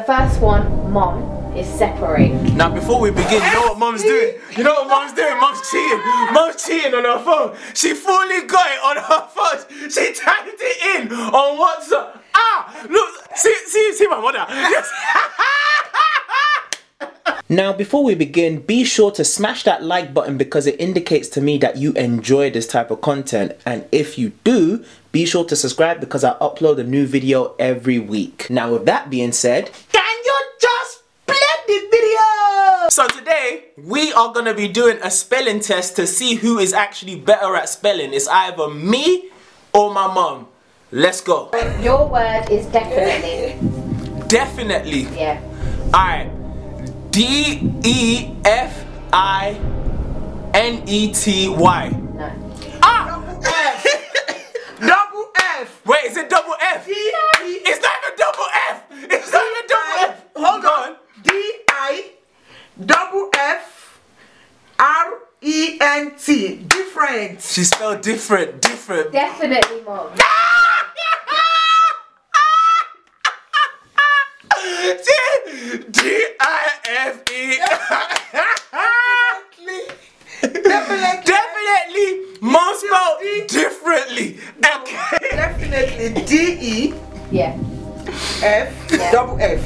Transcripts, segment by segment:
The first one, mom, is separate. Now, before we begin, you know what mum's doing? You know what mum's doing? Mum's cheating. Mum's cheating on her phone. She fully got it on her phone. She typed it in on WhatsApp. Ah, look, see, see, see my mother. Yes. Now, before we begin, be sure to smash that like button because it indicates to me that you enjoy this type of content. And if you do, be sure to subscribe because I upload a new video every week. Now, with that being said, can you just play the video? So, today we are going to be doing a spelling test to see who is actually better at spelling. It's either me or my mum. Let's go. Your word is definitely. Definitely. Yeah. Alright. D E F I N E T Y. No. Ah! Double F. Wait, is it double F? It's not even double F! It's not even double F! Hold on. D I double F R E N T. Different. She spelled different, different. Definitely mom. D I F E. Definitely. Definitely, mom spelled differently. Okay. Definitely. D E Yeah. F double F.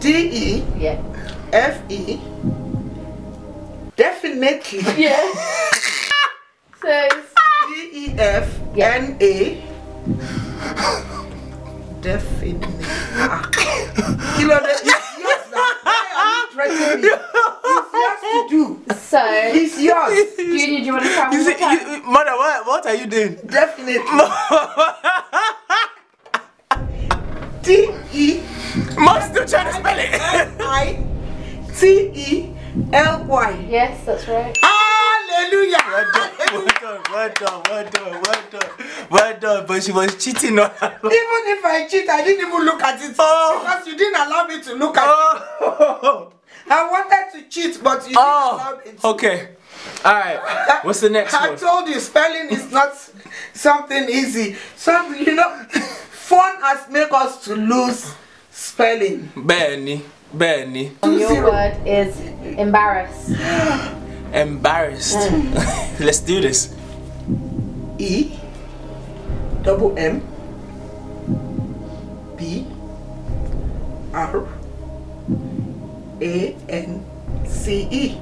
D E Yeah. F E. Definitely. Yeah. so it's D E F N A. Definitely. Ah. Kilo, that- it's yours now. Why are you threatening me? It's yours to do. so It's yours. Judy, do you wanna try one You more see, you, time? you- mother, what, what are you doing? Definitely. D E Mom's still trying to spell it. I T E L Y. Yes, that's right. Hallelujah. well done, well done, well done, well done, well done. But she was cheating on her. Even if I cheat, I didn't even look at it Oh. because you didn't allow me to look at it. Oh. I wanted to cheat, but you Oh. didn't allow me to. Okay. All right. What's the next I one? told you, spelling is not something easy. Something you know, phone has make us to lose spelling. Benny. Benny. Two Your zero. word is embarrassed. Embarrassed. Let's do this. E double M B R A N C E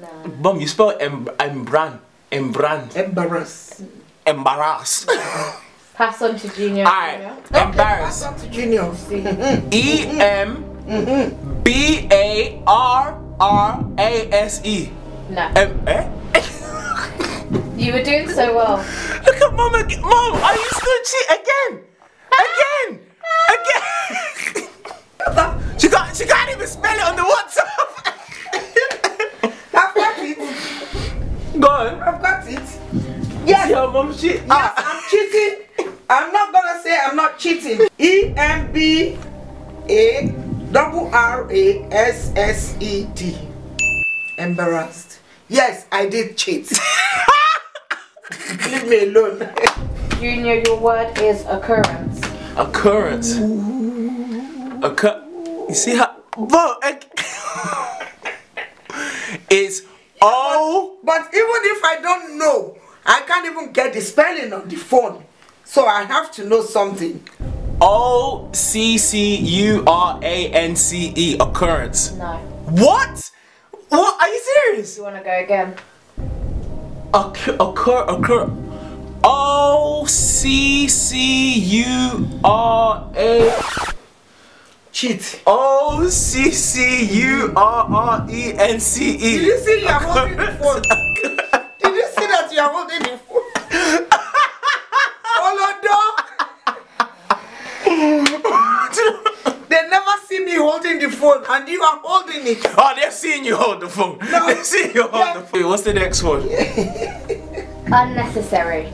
No. Mom, you spell em- embran. Embran. embarrass. Embarrass. Pass on to junior. All right. Embarrass. That's up to juniors. E M B A R R A S E. No. Em- eh? You were doing so well. Look at mom again. Mom, are you still cheating again? Again! Again! she can't she can't even spell it on the WhatsApp. I've got it. Go on. I've got it. Yes. Your mom cheat. Yes, I'm cheating. I'm not gonna say I'm not cheating. E M B A double R A S S E D. Embarrassed. Yes, I did cheat. Ah. Leave me alone. Junior, your word is occurrence. Occurrence. Occur. You see how? Bro, ag- it's O. But even if I don't know, I can't even get the spelling on the phone. So I have to know something. O C C U R A N C E occurrence. No. What? What? Are you serious? You wanna go again? occur occur occur O C C U R A E, Cheat. O C C U R R E N C E. Did you see you are holding the phone? Did you see that you are holding the phone? Olodo, they never see me holding the phone, and you are holding it. Oh, they've seen you hold the phone. No. They've seen you hold the Yeah. phone. What's the next one? Unnecessary.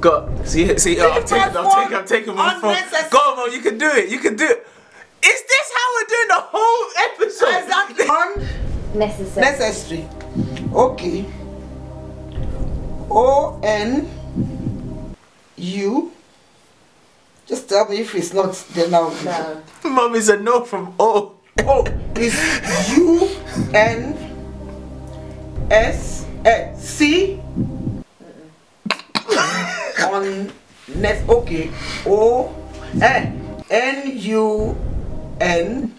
Go. See, see. Oh, I'm Take my taking. I'm taking. phone. I'm taking my phone. Unnecessary. Go, mom. You can do it. You can do it. Is this how we're doing the whole episode? Exactly. Necessary. Unnecessary. Okay. O N U Just tell me if it's not, then I'll. No. Mum is a no from all. Oh, it's U N S eh, C on net. Okay, O eh, N U N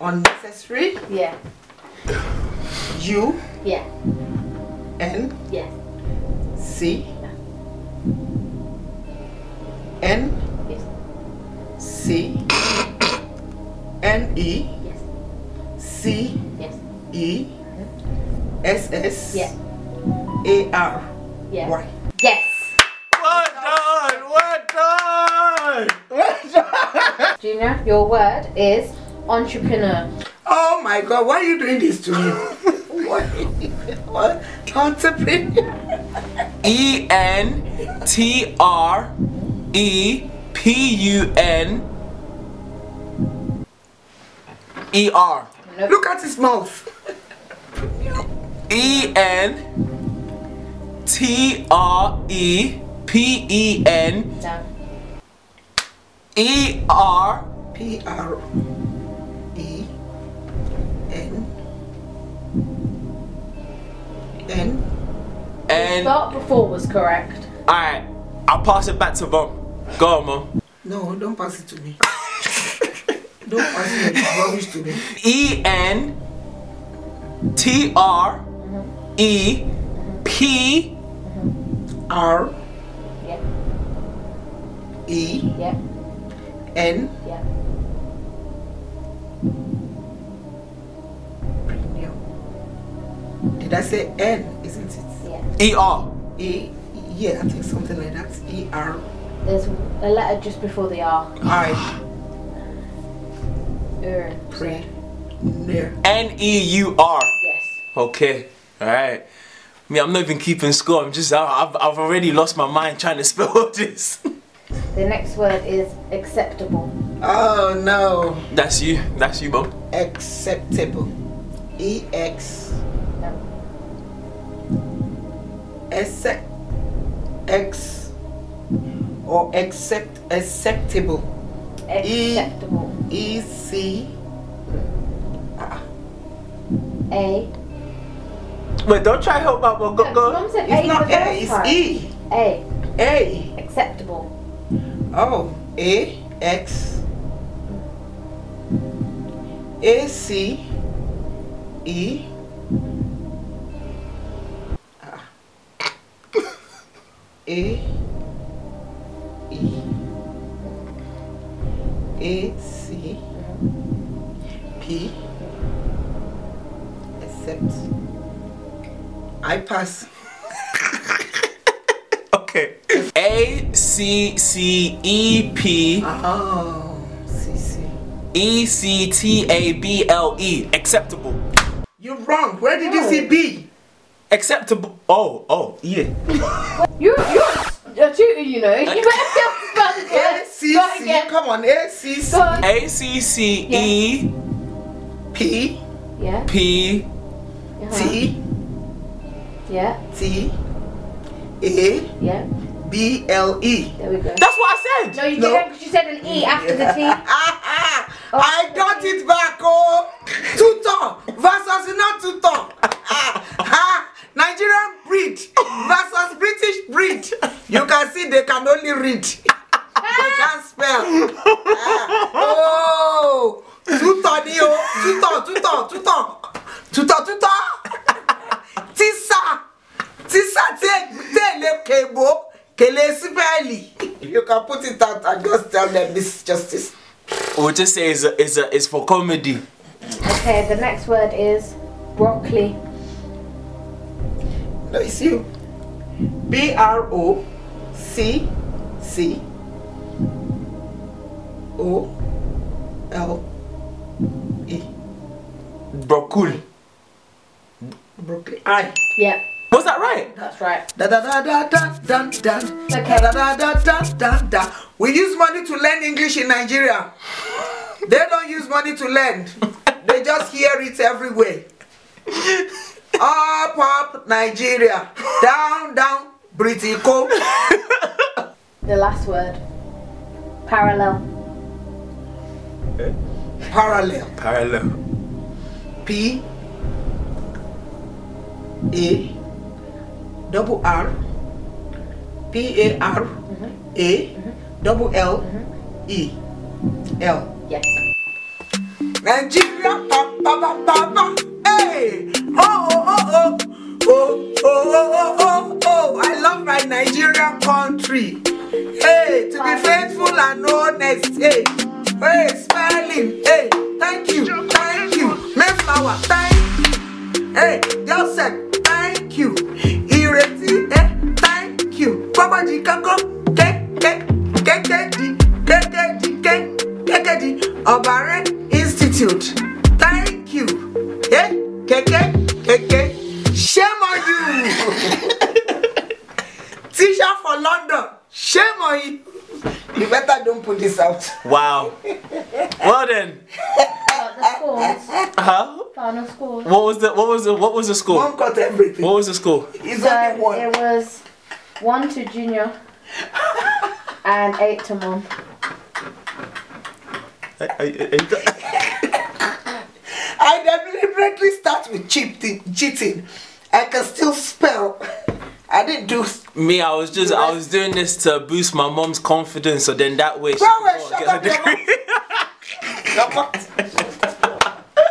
unnecessary Yeah. U Yeah. N Yeah. C N Yes. C N E Yes. C Yes. E S S Yeah. A R Yeah. Y. Yes. Well done! Well done! Junior, your word is entrepreneur. Oh my god, why are you doing this to me? what? What? Entrepreneur. E N T R E P U N E R Look at his mouth. E N T R E P E N No. E R P R E N N. and Start before was correct. alright, I'll pass it back to Mum. Go on, Mum. No, don't pass it to me. don't pass it rubbish to me. E N T R E P E R Yeah. E Yeah. N. Yeah. Did I say N? Isn't it? Yeah. E R. E. Yeah, I think something like that. E R There's a letter just before the R. I. Er. Urine. Pre. Near. N E U R. Yes. Okay. All right. Me, I'm not even keeping score. I'm just, I- I've, I've already lost my mind trying to spell all this. The next word is acceptable. Oh no. That's you. That's you, mum. Acceptable. E X. No. S. X. Or accept. Acceptable. E. Acceptable. E C. A. Wait, don't try help out, mum. Go, Mum go. said It's A not for the A. first It's part. E. A. A. Acceptable. Oh. A. X. A C. E. Ah. A. E. A C P accept. I pass. Okay. A C C E P Oh, C C. E C T A B L E. Acceptable. You're wrong. Where did you see No. B? Acceptable. Oh, oh, yeah. You're, you're a tutor, you know. You better be able to spell the A word. C Go C. again. Come on, A C C Go on. A C C E P Yeah. P Uh-huh. T Yeah. T A Yeah. B L E. There we go. That's what I No, said. you No. didn't because you said an E after the T. Ah, ah, I got it back, oh! Tutor versus not tutor. Ah, ah, Nigerian breed versus British breed. You can see they can only read. They can't spell. Ah, oh! Tutor, ni, oh. Tutor, tutor, tutor. Tutor, tutor. Tisa. Tisa, te- tele kebo. Kele sipeli. You can put it out and just tell them this justice. We'll just say it's, a, it's, a, it's for comedy. Okay, the next word is broccoli. No, it's you. B R O C C O L E. Bro, cool. Broccoli. I. Yeah, Was that right? that's right. Da da da da da da da. Okay. Da da da da da da. We use money to learn English in Nigeria. they don't use money to learn. They just hear it everywhere. Up, up, Nigeria. Down, down, Britico. The last word. Parallel. Parallel. Parallel. P. A. Double R. P A R A. Double L. E. L. Yes. Nigeria, ba ba ba ba ba, hey, oh oh oh oh, oh oh oh oh oh, oh. I love my Nigerian country. Hey, to be faithful and honest, hey, hey, smiling, hey, thank you, thank you, Mayflower, thank, hey, Joseph, thank you, Ireti, eh, thank you, Baba Jikako, ke ke ke ke di, ke ke di, ke Kekedi Obare Institute. Thank you. Eh? Keke, keke. Shame on you. Teacher for London. Shame on you. You better don't put this out. Wow. well then. About the scores. Huh? Final scores. What was the what was the what was the score? Mom got everything. What was the score? It's only So one. it was one to junior and eight to mom. I- I- I- I deliberately start with cheating. cheating. I can still spell. I didn't do. Me, I was just I was doing this to boost my mom's confidence, so then that way she Well, well, could shut get her up, your degree. mouth. Your mouth.